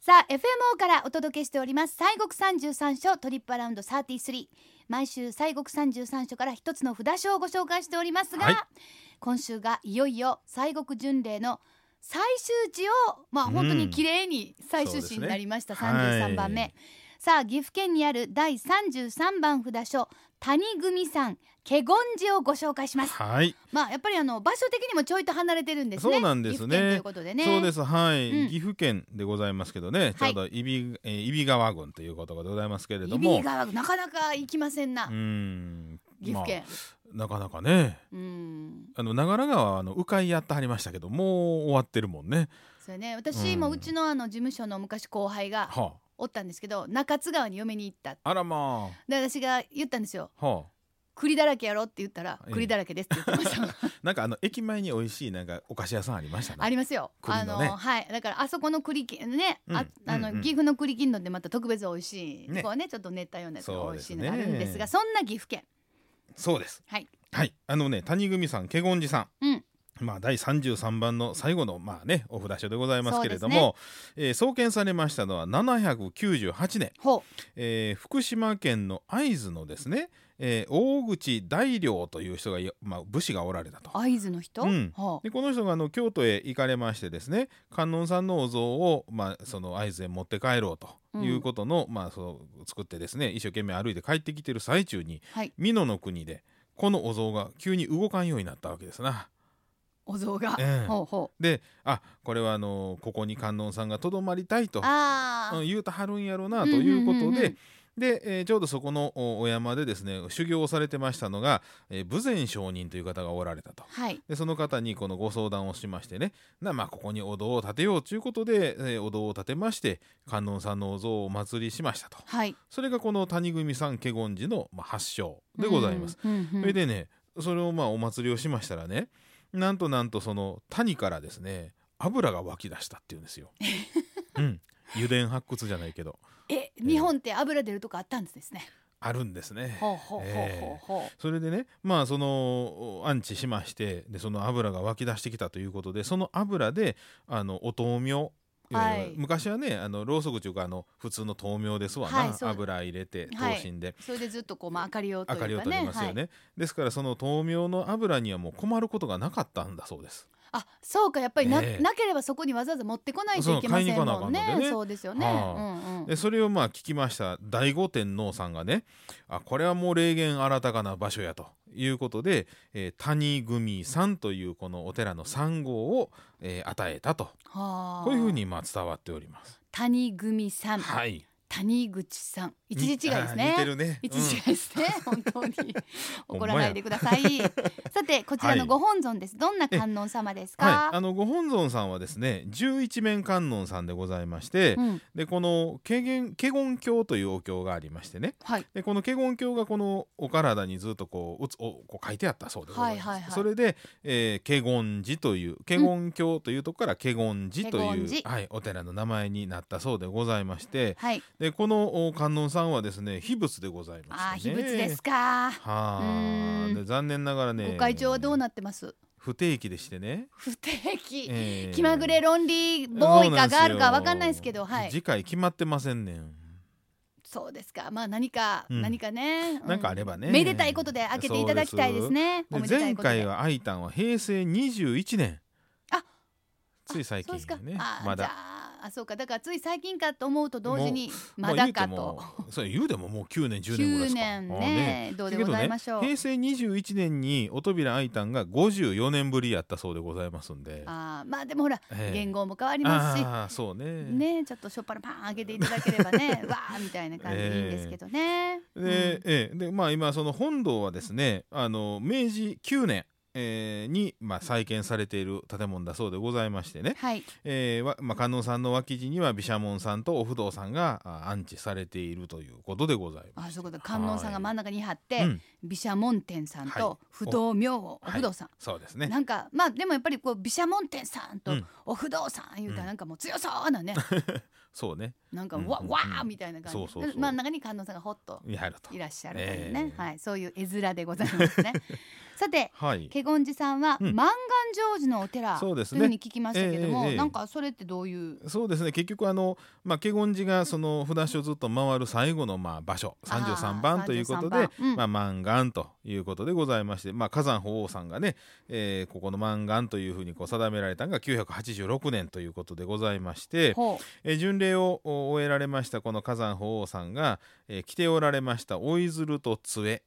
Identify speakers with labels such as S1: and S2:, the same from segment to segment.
S1: さあ FMO からお届けしております西国三十三所トリップアラウンド33毎週西国三十三所から一つの札所をご紹介しておりますが、
S2: はい
S1: 今週がいよいよ西国巡礼の最終地をまあ
S2: うん
S1: 本当に綺麗に最終地になりました、
S2: そうですね
S1: 33番目、
S2: はい
S1: さあ岐阜県にある第33番札所谷組さん華厳寺をご紹介します
S2: はい、
S1: まあやっぱりあの場所的にもちょいと離れてるんですね
S2: そうなんです
S1: 岐阜県とい
S2: ね
S1: うことでね
S2: そうですはい、
S1: うん
S2: 岐阜県でございますけどねちょうど揖斐、えー揖斐川郡ということでございますけれど
S1: 指
S2: も
S1: がなかなか行きませんな、
S2: うーん
S1: 岐阜県、
S2: まあなかなかね
S1: うん
S2: あの長良川はあの鵜飼やってはりましたけどもう終わってるもんね
S1: そうよね私もうちのあの事務所の昔後輩が
S2: は
S1: おったんですけど中津川に嫁に行った
S2: ああらま
S1: で私が言ったんですよ
S2: あは
S1: 栗だらけやろって言ったら
S2: ええ
S1: 栗だらけですって言ってま した
S2: あなんかあの駅前に美味しいなんかお菓子屋さんありました
S1: あ
S2: ね
S1: りますよ、あ
S2: 栗のね
S1: のはいだからあそこの栗きね、あ
S2: うん
S1: あの、
S2: うんうん
S1: 岐阜の栗きんどんでまた特別美味しい、
S2: ね
S1: こうねちょっと練ったようなやつが美味しいの
S2: そ
S1: があ
S2: うですね
S1: るんですがそんな岐阜県
S2: そうです
S1: はい
S2: はいあのね谷組さん華厳寺さん、
S1: うん
S2: まあ、第33番の最後の、まあね、お札所でございますけれど
S1: そ
S2: も、えー創建されましたのは798年、
S1: ほ
S2: えー福島県の会津のですね、えー大口大良という人がい、まあ、武士がおられたと
S1: う。会津の人、
S2: うん
S1: ほう
S2: でこの人があの京都へ行かれましてですね観音さんのお像を、まあ、その会津へ持って帰ろうということの,、まあ、その作ってですね一生懸命歩いて帰ってきてる最中に、
S1: はい
S2: 美濃の国でこのお像が急に動かんようになったわけですな。
S1: お像が、
S2: ええ
S1: ほうほう
S2: であこれはあのここに観音さんがとどまりたいと
S1: ああ、
S2: うん言うたはるんやろうな
S1: うん
S2: ということで。
S1: うんうんうん
S2: で、えーちょうどそこのおお山でですね修行をされてましたのが、えー、豊前上人という方がおられたと
S1: はい
S2: でその方にこのご相談をしましてねなまあここにお堂を建てようということで、えーお堂を建てまして観音さんのお像をお祭りしましたと
S1: はい
S2: それがこの谷組さん華厳寺の、まあ、発祥でございます。。
S1: うんうんうん
S2: それでねそれをまあお祭りをしましたらねなんとなんとその谷からですね油が湧き出したっていうん ですよ。うん、油田発掘じゃないけど
S1: え、日本って油出るとかあったんですね。
S2: あるんですね。
S1: ほうほうほうほうほ
S2: それでねまあその安置しましてでその油が湧き出してきたということでその油であのお豆苗
S1: はい
S2: いわゆる昔はねあのろうそくというかあの普通の豆苗ですわな、
S1: はいそう
S2: 油入れて
S1: はい
S2: 灯芯で、
S1: う。それでずっとこうまあ明かりをという
S2: 明
S1: か
S2: か
S1: ね。
S2: りを取りますよね、
S1: はい。
S2: ですからその豆苗の油にはもう困ることがなかったんだそうです。
S1: あ、そうかやっぱりな
S2: ええ
S1: なければそこにわざわざ持ってこないといけません
S2: そう買いに行かなあ
S1: も
S2: か
S1: ん
S2: んので
S1: ね。
S2: ね
S1: そうですよね。
S2: はあ
S1: うんうん。
S2: でそれをまあ聞きました醍醐天皇さんがねあこれはもう霊源新たかな場所やということで、えー谷組さんというこのお寺の3号を、えー与えたと
S1: はあ。
S2: こういうふうにまあ伝わっております。
S1: 谷組さん、
S2: はい。
S1: 谷口さん、一時違いです
S2: あー似て
S1: ね。
S2: るね。
S1: 一時違いですね、本当 に
S2: ほん
S1: 怒
S2: まや
S1: らないでくださいさてこちらのご本尊です、どんな観音様です
S2: うんはい、
S1: か、
S2: あのご本尊さんはですね十一面観音さんでございまして、
S1: うん
S2: でこの華厳華厳経というお経がありましてね
S1: はい
S2: でこの華厳経がこのお体にずっとこううつおこう書いてあったそうでございます、
S1: はいはいはい
S2: それで、えー、華厳寺という華厳経というとこから華厳寺と
S1: 華
S2: いう、
S1: 厳寺
S2: はい、お寺の名前になったそうでございまして
S1: はい
S2: でこのお観音さんはですね秘仏でござい
S1: あ
S2: ま
S1: ー
S2: して
S1: 秘
S2: ね
S1: 仏ですか
S2: は
S1: う
S2: あ
S1: ーん
S2: で残念ながらね
S1: ご会長はどうなってます
S2: 不定期でしてね、
S1: 不定期、
S2: えー
S1: 気まぐれロンリーボーイかガールかわかんないですけど
S2: そうな
S1: は
S2: んですよ
S1: い
S2: 次回決まってませんねん
S1: そうですかまあ何か、
S2: うん
S1: 何かね、う
S2: なんかあればね
S1: めでたいことで開けていただきたいですねお
S2: で
S1: めでたい
S2: 前
S1: ことで
S2: 回はアイタンは平成21年
S1: あ
S2: つい最近
S1: そうです
S2: ね
S1: かあ
S2: ま
S1: じゃ
S2: だ
S1: ああそうかだからつい最近かと思うと同時にま
S2: う言
S1: だ
S2: うて
S1: か
S2: も
S1: と
S2: そう言うでももう9年10年ぐら
S1: 9
S2: いですか
S1: 年
S2: あ
S1: ね
S2: あね
S1: どうで
S2: だけ
S1: ご
S2: ど
S1: ざい
S2: ね
S1: ましょう、
S2: 平成21年にお扉アイタンが54年ぶりやったそうでございますんで
S1: あーまあでもほら、
S2: ええ
S1: 言語も変わりますし
S2: ああそうね
S1: ねちょっとしょっぱなパーン開けていただければ ねわーみたいな感じでいいんですけどね、
S2: で,、ええでまあ今その本堂はですねあの明治9年、えーに、まあ、再建されている建物だそうでございまして
S1: うん
S2: ね、
S1: はい
S2: えーわまあ、観音さんの脇地には毘沙門さんとお不動さんがあ安置されているということでございます。
S1: あそういうこと観音さんが真ん中に張って、
S2: うん、
S1: 毘沙門天さん
S2: は
S1: と不動明王、
S2: は
S1: お
S2: い
S1: 不動さん、
S2: そうですね
S1: なんかまあでもやっぱりこう毘沙門天さんと
S2: うん
S1: お不動さん言うたら
S2: うん
S1: なんかもう強そうな ね、
S2: そうね
S1: なんか
S2: うん
S1: わ
S2: うん
S1: わーみたいな感じ
S2: そうそうそう
S1: で真ん中に観音さんがほっと
S2: やると
S1: い。らっしゃるというね、
S2: ええ
S1: はいそういう絵面でございますねさて
S2: はい
S1: 華華厳寺さんは
S2: うん
S1: 満願成就のお寺とい
S2: そうで
S1: う
S2: す
S1: ふ
S2: ね
S1: うに聞きましたけども、
S2: ええええ
S1: なんかそれってどういう
S2: そうですね結局あの、まあ、華厳寺がその札所をずっと回る最後のまあ場所
S1: あー
S2: 33番ということで
S1: 33、番うん
S2: まあ、満願ということでございまして、まあ、火山法王さんがね、えーここの満願というふうにこう定められたのが986年ということでございまして、
S1: ほ
S2: えー巡礼をお終えられましたこの火山法王さんが、えー来ておられました折鶴と杖
S1: う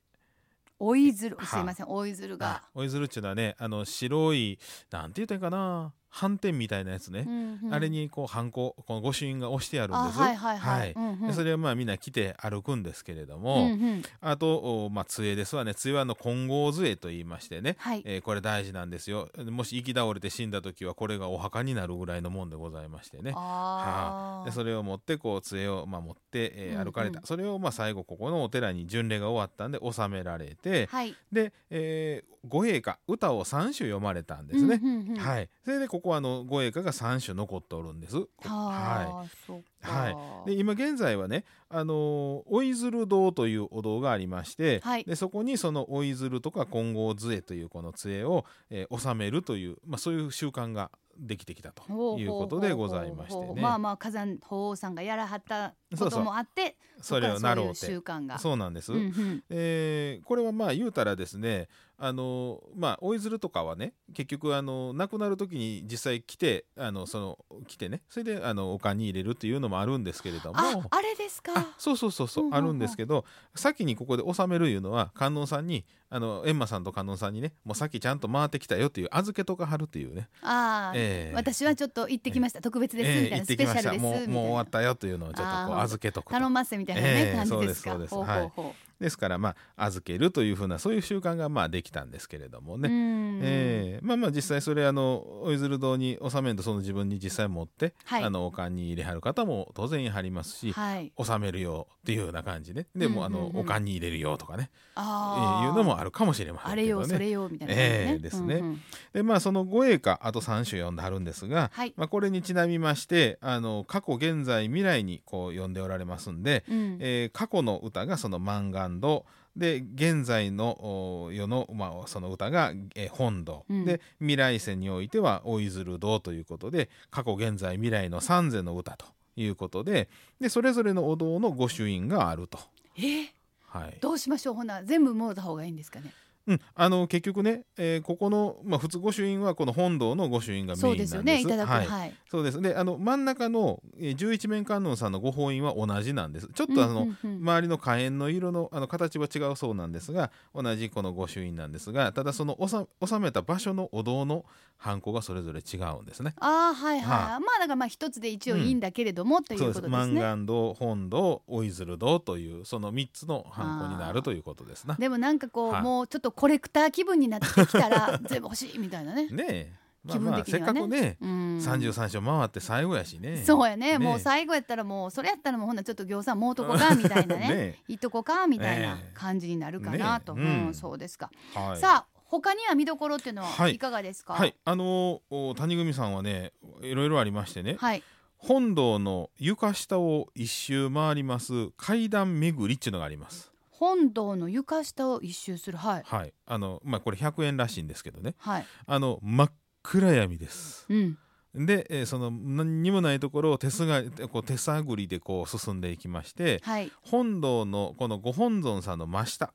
S1: 追い鶴
S2: は
S1: すいません追い鶴が、
S2: 折鶴っていうのはねあの白いなんて言ったらいいかな斑点みたいなやつね。
S1: うんうん
S2: あれにこうハンコこの御朱印が押してあるん
S1: あ
S2: です。
S1: はいはいはい、う
S2: は
S1: んうん
S2: でそれをまあみんな来て歩くんですけれど
S1: う
S2: も、
S1: んうん
S2: あとおまあ杖ですわね杖はあの金剛杖と言いましてね、
S1: はい、
S2: えーこれ大事なんですよもし生き倒れて死んだ時はこれがお墓になるぐらいのもんでございましてね
S1: あー
S2: でそれを持ってこう杖をまあ持って、え
S1: う
S2: ー
S1: んうん
S2: 歩かれた、それをまあ最後ここのお寺に巡礼が終わったんで納められて、
S1: はい
S2: で、えーご陛下歌を3首読まれたんですね。
S1: うんうんうん
S2: はい、それでここはあのご栄華が3種残っておるんです。
S1: はあ、そっか。
S2: はい、で今現在はね、あのー、折鶴堂というお堂がありまして、
S1: はい
S2: でそこにその折鶴とか金剛杖というこの杖を、えー納めるという、まあ、そういう習慣ができてきたと
S1: ほうほうほうほう
S2: いうことでございましてね。
S1: まあまあ火山法王さんがやらはった
S2: そ
S1: こ
S2: うそ
S1: と
S2: う
S1: もあって、
S2: それを
S1: っからそ
S2: 習
S1: うういう
S2: て
S1: 習慣が。
S2: そうなんです、
S1: うんうん
S2: えーこれはまあ言うたらですねあのまあ折鶴とかはね結局あの亡くなる時に実際来てあのその来てねそれであのお金に入れるっていうのもあるんですけれども
S1: あ、あれですか。
S2: あそうそうそうそう、
S1: うんうんうん
S2: あるんですけど先にここで納めるいうのは観音さんにあの閻魔さんと観音さんにねもう先ちゃんと回ってきたよっていう預けとかはるっていうね、
S1: ああ、
S2: ええ
S1: 私はちょっと行ってきました、特別です、
S2: ええ
S1: みたい
S2: 行
S1: な
S2: っ
S1: ス
S2: て
S1: ペ
S2: き
S1: シ
S2: ま
S1: ャル
S2: した
S1: です
S2: もうもう終わ
S1: み
S2: った
S1: い
S2: たよというのをちょっとこ
S1: あ
S2: う
S1: ー
S2: 預けとく
S1: な頼
S2: と
S1: ますみたいなね、
S2: ええ
S1: 感じですか。
S2: そうです
S1: ほ
S2: そううで
S1: ほ
S2: す
S1: うほ
S2: ですからまあ預けるというふうなそういう習慣がまあできたんですけれども
S1: う。う
S2: ね、
S1: ん
S2: ええまあまあ実際それあのお譲る堂に納めるとその自分に実際持って、
S1: はい
S2: あのお金に入れはる方も当然はりますし、
S1: はい。
S2: 納めるよっていうような感じねでもうあ
S1: うん
S2: の、
S1: うんうん
S2: お金に入れるよとかねえ
S1: あ
S2: ー
S1: あ、
S2: いうのもあるかもしれません
S1: あ
S2: けどね。
S1: れよそれよみたいな、
S2: ええですね
S1: うんうん
S2: でまあその五栄かあと3種読んであるんですが、
S1: はい
S2: まあ、これにちなみましてあの過去現在未来にこう読んでおられますんで、
S1: うん
S2: えー過去の歌がその満願堂で現在のお世の、まあ、その歌が、えー本堂、
S1: うん
S2: で未来世においては折鶴堂ということで過去現在未来の三世の歌ということででそれぞれのお堂の御朱印があると。
S1: ええ
S2: はい、
S1: どうしましょう、ほな、全部もうた方がいいんですかね。
S2: うん、あの結局ね、えーここの、まあ、普通御朱印はこの本堂の御朱印がメイン
S1: そ
S2: な
S1: うん
S2: で
S1: ですすよね、いただく、
S2: はい
S1: はい。
S2: そうですであの真ん中の、えー、十一面観音さんのご法印は同じなんですちょっとあの、
S1: うんうんうん
S2: 周りの火炎の色のあの形は違うそうなんですが同じこの御朱印なんですがただその納納めた場所のお堂のハンコがそれぞれ違うんですね。
S1: ああはいはい、
S2: は
S1: まあだからまあ一つで一応いいんだけれども、という
S2: そう
S1: こ
S2: で
S1: と
S2: す
S1: です
S2: 満
S1: ね。
S2: 願堂本堂折鶴堂というその3つのハンコになるということですな。
S1: でもなんかこう、
S2: はい
S1: もうちょっとコレクター気分になってきたら全部欲しいみたいなね。
S2: ねえ、まあ、
S1: 気分
S2: まあ
S1: 的に
S2: せっ
S1: はね
S2: かくね
S1: うん
S2: 33章回って最後やしね。
S1: そうやね
S2: ね
S1: もう最後やったらもうそれやったらもうほんならちょっと餃子もうとこかみたいなね
S2: ね
S1: いっとこかみたいな
S2: ええ
S1: 感じになるかなと、
S2: ねえうん
S1: うんそうですか、
S2: はい、
S1: さあ他には見どころっていうのは
S2: はい
S1: いかがですか
S2: はい、あのーお谷組さんはねいろいろありましてね、
S1: はい
S2: 本堂の床下を一周回ります階段巡りっていうのがあります。
S1: 本堂の床下を一周するはい
S2: はい、あのまあこれ100円らしいんですけどね、
S1: はい
S2: あの真っ暗闇です。
S1: うん
S2: で、えーその何にもないところを手すがこう手探りでこう進んでいきまして、
S1: はい
S2: 本堂のこのご本尊さんの真下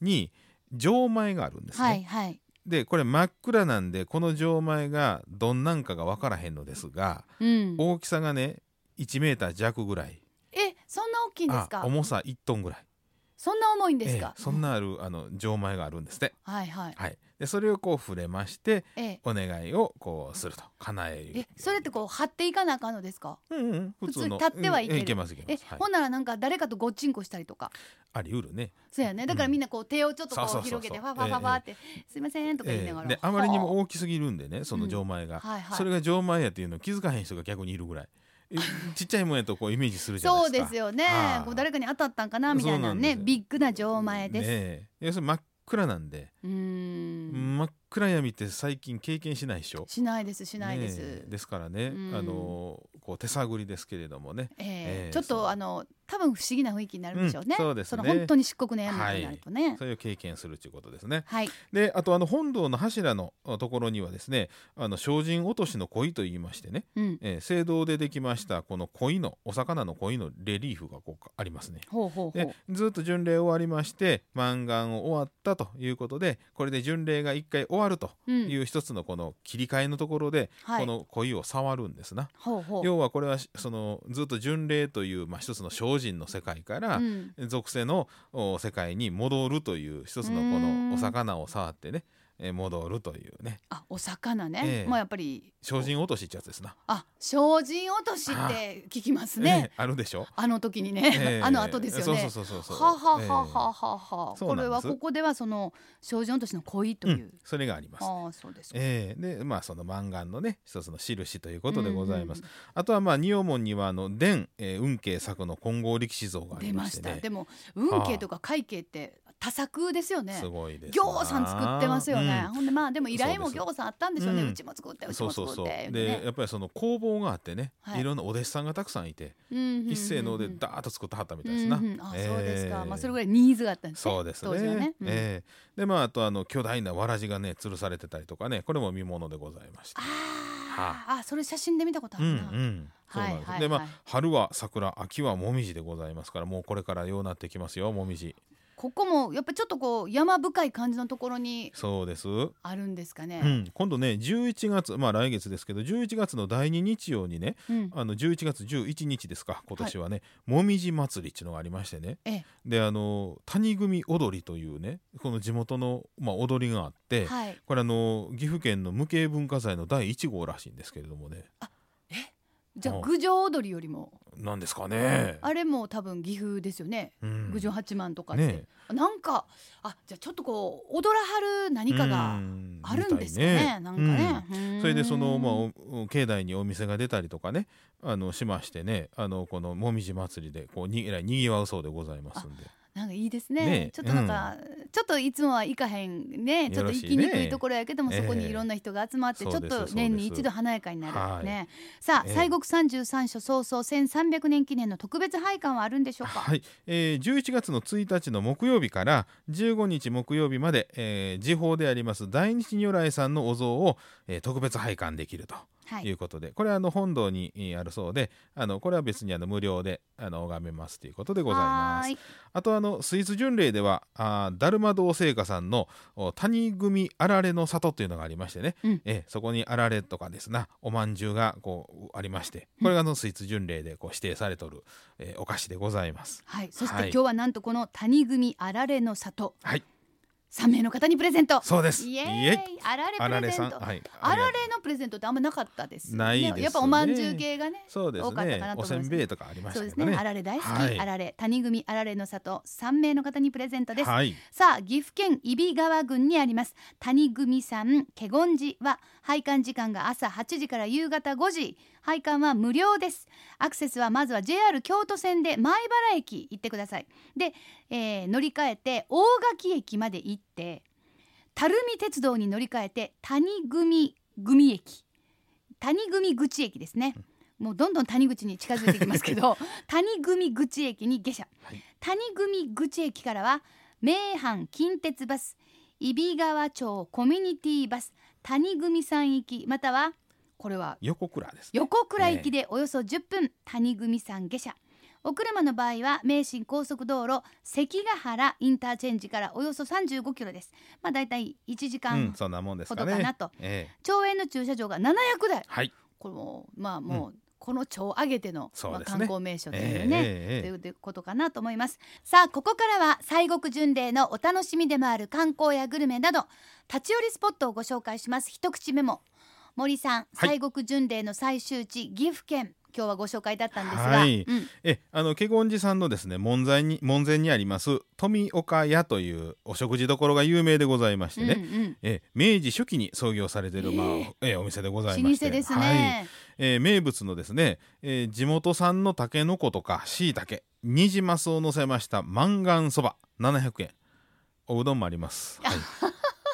S2: に錠前があるんですね。
S1: はいはい
S2: でこれ真っ暗なんでこの錠前がどんなんかが分からへんのですが
S1: うん
S2: 大きさがね1メーター弱ぐらい
S1: えそんな大きいんです
S2: あ
S1: か
S2: 重さ1トンぐらい
S1: そんな重いんですか
S2: え、えそんなあるあの錠前があるんですって、
S1: はいはい。
S2: はい、でそれをこう触れまして
S1: ええ、
S2: お願いをこうすると叶える
S1: え、それってこう貼っていかなあかんのですか。
S2: うんうん、普
S1: 普通
S2: 通の
S1: に立ってはいける
S2: うんええいけますいけ
S1: え、
S2: ます、はい
S1: ほんならなんか誰かとごっちんこしたりとか。
S2: あり得るね
S1: そうやね。だからみんなこう手をちょっとこ
S2: そう
S1: う
S2: そうそうそう
S1: 広げてファファファファって、すいませんとか言い
S2: え
S1: なが
S2: え
S1: ら。
S2: であまりに
S1: は
S2: も大きすぎるんでねその錠前が、
S1: はいはい
S2: それが錠前やっていうのを気づかへん人が逆にいるぐらい えちっちゃいもんやとこうイメージする
S1: あ
S2: じゃない
S1: そう
S2: ですか
S1: ですよね
S2: は。い
S1: こう誰かに当たったんかなみたいな
S2: そうなんで
S1: ね、
S2: すよ
S1: ビッグな錠前です。
S2: ねえ要するに真っ暗なんで、
S1: うーん。
S2: 真っ暗闇って最近経験しないでしょ。
S1: しないですしないで
S2: ねえ
S1: す。
S2: ですからね、
S1: うん
S2: あのこう手探りですけれどもね。
S1: ええ
S2: ええ
S1: ちょっ
S2: そう
S1: とあの多分不思議な雰囲気になるんでしょうね。
S2: うんそうですね
S1: の本当に漆黒の山になるとね。
S2: それを経験するということですね。
S1: はい。
S2: であとあの本堂の柱のあところにはですねあの精進落としの鯉といいましてね、
S1: うん。
S2: えー、聖堂でできましたこの鯉のお魚の鯉のレリーフがこうありますね。
S1: ほうほうほ
S2: で
S1: う。
S2: ずっと巡礼終わりまして満願を終わったということでこれで巡礼が一回終わると
S1: う
S2: い
S1: ん。
S2: う一つのこの切り替えのところで、
S1: はい
S2: こ。の鯉を触るんですな。
S1: ほうほう。
S2: 要はこれはしそのずっと巡礼という、まあ、一つの精進の世界から、
S1: うん。
S2: 属性のお世界に戻るという一つの
S1: う
S2: こ
S1: ーん
S2: のお魚を触ってねえー戻るというね
S1: あ、お魚
S2: え
S1: ね。
S2: え
S1: まあやっぱり。
S2: 精進落としってやつですな。
S1: あ、精進落としって聞きますね。
S2: えーあるでしょ、
S1: あの時にね、 あの後ですよね。
S2: えーそうそうそうそうそう。
S1: はは
S2: え
S1: はは
S2: ー
S1: はは。
S2: そう
S1: こ
S2: なんで
S1: れ
S2: す
S1: はここではその少女の年の恋と
S2: う。、
S1: いうん
S2: それがあります。
S1: ああそうですか。
S2: えーでまあその満願のね一つの印ということでございます。あとはまあ仁王門にはあの伝、えー、運慶作の金剛力士像があ
S1: 出
S2: りま
S1: ま
S2: し
S1: してた。
S2: ね
S1: でも運慶とか会計って多作ですよね
S2: す。ごいですな。
S1: 行さん作ってますよね。ほんでまあでも依頼も
S2: そうです
S1: 行さんあったんでしょうね。
S2: うん
S1: うちも作って
S2: うん
S1: うち
S2: そ
S1: も
S2: うそ
S1: 作
S2: う
S1: っ
S2: そう。
S1: て
S2: でやっぱりその工房があってね、
S1: はい
S2: い、ろんなお弟子さんがたくさんいて、一
S1: 一
S2: 斉ので
S1: だ。
S2: ダーッと作ってはったみ
S1: う
S2: た
S1: ん
S2: いう
S1: ん
S2: です
S1: う
S2: な。
S1: んあそうですか。
S2: えー
S1: まあそれぐらいニーズがあったんですね。
S2: そうです
S1: 当時は
S2: ね。
S1: ねうん
S2: ええでまああとあの巨大なわらじがね吊るされてたりとかねこれも見物でございました。
S1: あーあそれ写真で見たことあ
S2: うんう
S1: るな。
S2: ん。そうなんです。
S1: はいはいはい
S2: でまあ春は桜秋はもみじでございますからもうこれからようなってきますよもみじ。
S1: ここもやっぱちょっとこう山深い感じのところに
S2: そうです。
S1: あるんですか
S2: う
S1: ね。
S2: ん、今度ね11月まあ来月ですけど11月の第2日曜にね
S1: うん
S2: あの11月11日ですか今年はね、もみじ祭りっていうのがありましてね
S1: え
S2: であの谷組踊りというねこの地元の、まあ、踊りがあって、
S1: えはい。
S2: これあの岐阜県の無形文化財の第1号らしいんですけれどもね
S1: じゃあ
S2: うん
S1: 郡上踊りよりも
S2: なんですかね
S1: あれも多分岐阜ですよね。
S2: うん
S1: 郡上八幡とかって、
S2: ね
S1: なんかあじゃあちょっとこう踊らはる何か
S2: う
S1: があるんですかね,、なんか
S2: うん
S1: ね、うーん
S2: それでその、まあお、お境内にお店が出たりとかねあのしましてねあのこのもみじ祭りでこうにえらいにぎわうそうでございますんで
S1: なんかいいですね
S2: ね
S1: ちょっとなんか、ちょっといつもは行かへんねちょっと行きにくいところやけども、
S2: よろしい
S1: そ
S2: ね
S1: こにいろんな人が集まって、
S2: ええ
S1: ちょっ
S2: そう
S1: と
S2: です
S1: 年に
S2: そうです
S1: 一度華やかになるね、さあ、
S2: ええ
S1: 西国三十三所早々1300年記念の特別拝観はあるんでしょうか、
S2: はい、えー、11月の1日の木曜日から15日木曜日まで、えー、時報であります大日如来さんのお像を、えー特別拝観できると
S1: はい
S2: いうことで、これはあの本堂にえーあるそうであのこれは別にあの無料であの拝めますということでございま
S1: はー
S2: す
S1: い
S2: あとあのスイス巡礼ではあー達磨堂聖火さんのお谷組あられの里というのがありましてね、
S1: うん
S2: えーそこにあられとかですなおまんじゅうがこうありましてこれがあのスイス巡礼でこう指定されとる、えーお菓子でございます
S1: はい、そして
S2: はい
S1: 今日はなんとこの谷組あられの里
S2: はい
S1: 3名の方にプレゼント
S2: そうです
S1: イエーイ
S2: イエイ
S1: あら
S2: あ
S1: れ
S2: ら
S1: プレ
S2: れ
S1: ゼ
S2: さ
S1: ン
S2: ん
S1: ト
S2: はい
S1: あられのプレゼントってあんまなかったですよね。
S2: ないですね
S1: やっぱおまんじゅう系がね。
S2: そうです
S1: 多かったか
S2: ね
S1: な。と思
S2: お
S1: い
S2: せ
S1: ます
S2: んべいとかありまし
S1: そうで
S2: たけ
S1: す
S2: ど
S1: ね。
S2: ね。
S1: あられ大好き、
S2: はい
S1: あられ谷組あられの里三名の方にプレゼントです。
S2: はい。
S1: さあ岐阜県揖斐川郡にあります谷組さん華厳寺は拝観時間が朝8時から夕方5時拝観は無料ですアクセスはまずは JR 京都線で前原駅行ってくださいで、えー乗り換えて大垣駅まで行って垂水鉄道に乗り換えて谷組組駅谷組口駅ですねもうどんどん谷口に近づいてきますけど谷組口駅に下車、
S2: はい
S1: 谷組口駅からは名阪近鉄バス揖斐川町コミュニティバス谷組さん行きまたはこれは
S2: 横倉ですね。
S1: 横倉駅でおよそ10分、谷組さん下車お車の場合は名神高速道路関ヶ原インターチェンジからおよそ35キロですまあだいたい1時
S2: う
S1: 間
S2: ん、そんなもんです
S1: ほ
S2: か
S1: どかな
S2: ね。
S1: と、
S2: ええ、
S1: 町営の駐車場が700台
S2: はい。
S1: これもまあもう、この町を挙げての、
S2: そう
S1: まあ、
S2: ですね
S1: 観光名所というね、
S2: ええ
S1: とい
S2: ええ
S1: うことかなと思いますさあここからは西国巡礼のお楽しみでもある観光やグルメなど立ち寄りスポットをご紹介します一口メモ森さん
S2: はい
S1: 西国巡礼の最終地、岐阜県今日はご紹介だったんですが、
S2: はい
S1: うん
S2: ええ、あの華厳寺さんのですね門前に門前にあります富岡屋というお食事処が有名でございまして
S1: うん
S2: ね。ええ、明治初期に創業されているまあ
S1: え
S2: ええお店でござ
S1: う
S2: い
S1: ん、
S2: ま
S1: 老
S2: して。
S1: 舗です
S2: はい。
S1: ね、
S2: えー名物のですね、えー地元産のタケノコとかしいたけニジマスを乗せました満願そば700円おうどんもあ ります、はい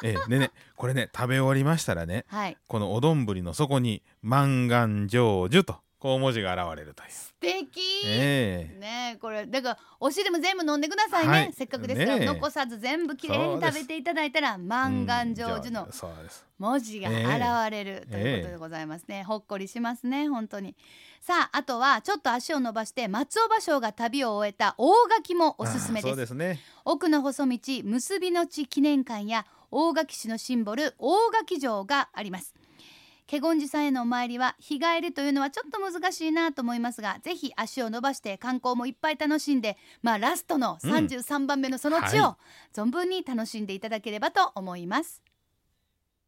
S2: えーでねこれね食べ終わりましたらね
S1: はい
S2: このお丼の底に満願成就とこう文字が現れるという。
S1: 素敵、
S2: ええ
S1: ねえこれだからお汁も全部飲んでくださいね、
S2: はい
S1: せっかくですから、
S2: ねえ
S1: 残さず全部きれいに食べていただいたら満願成就の
S2: うんそうです。
S1: 文字が現れる、
S2: ええ
S1: ということでございますね、ほっこりしますね本当にさああとはちょっと足を伸ばして松尾芭蕉が旅を終えた大垣もおすすめ
S2: あー
S1: で
S2: そう
S1: す
S2: ですね。
S1: 奥の細道結びの地記念館や大垣市のシンボル大垣城があります華厳寺さんへのお参りは日帰りというのはちょっと難しいなと思いますがぜひ足を伸ばして観光もいっぱい楽しんでまあラストの
S2: うん
S1: 33番目のその地
S2: は
S1: を存分に楽しんでいただければと思います、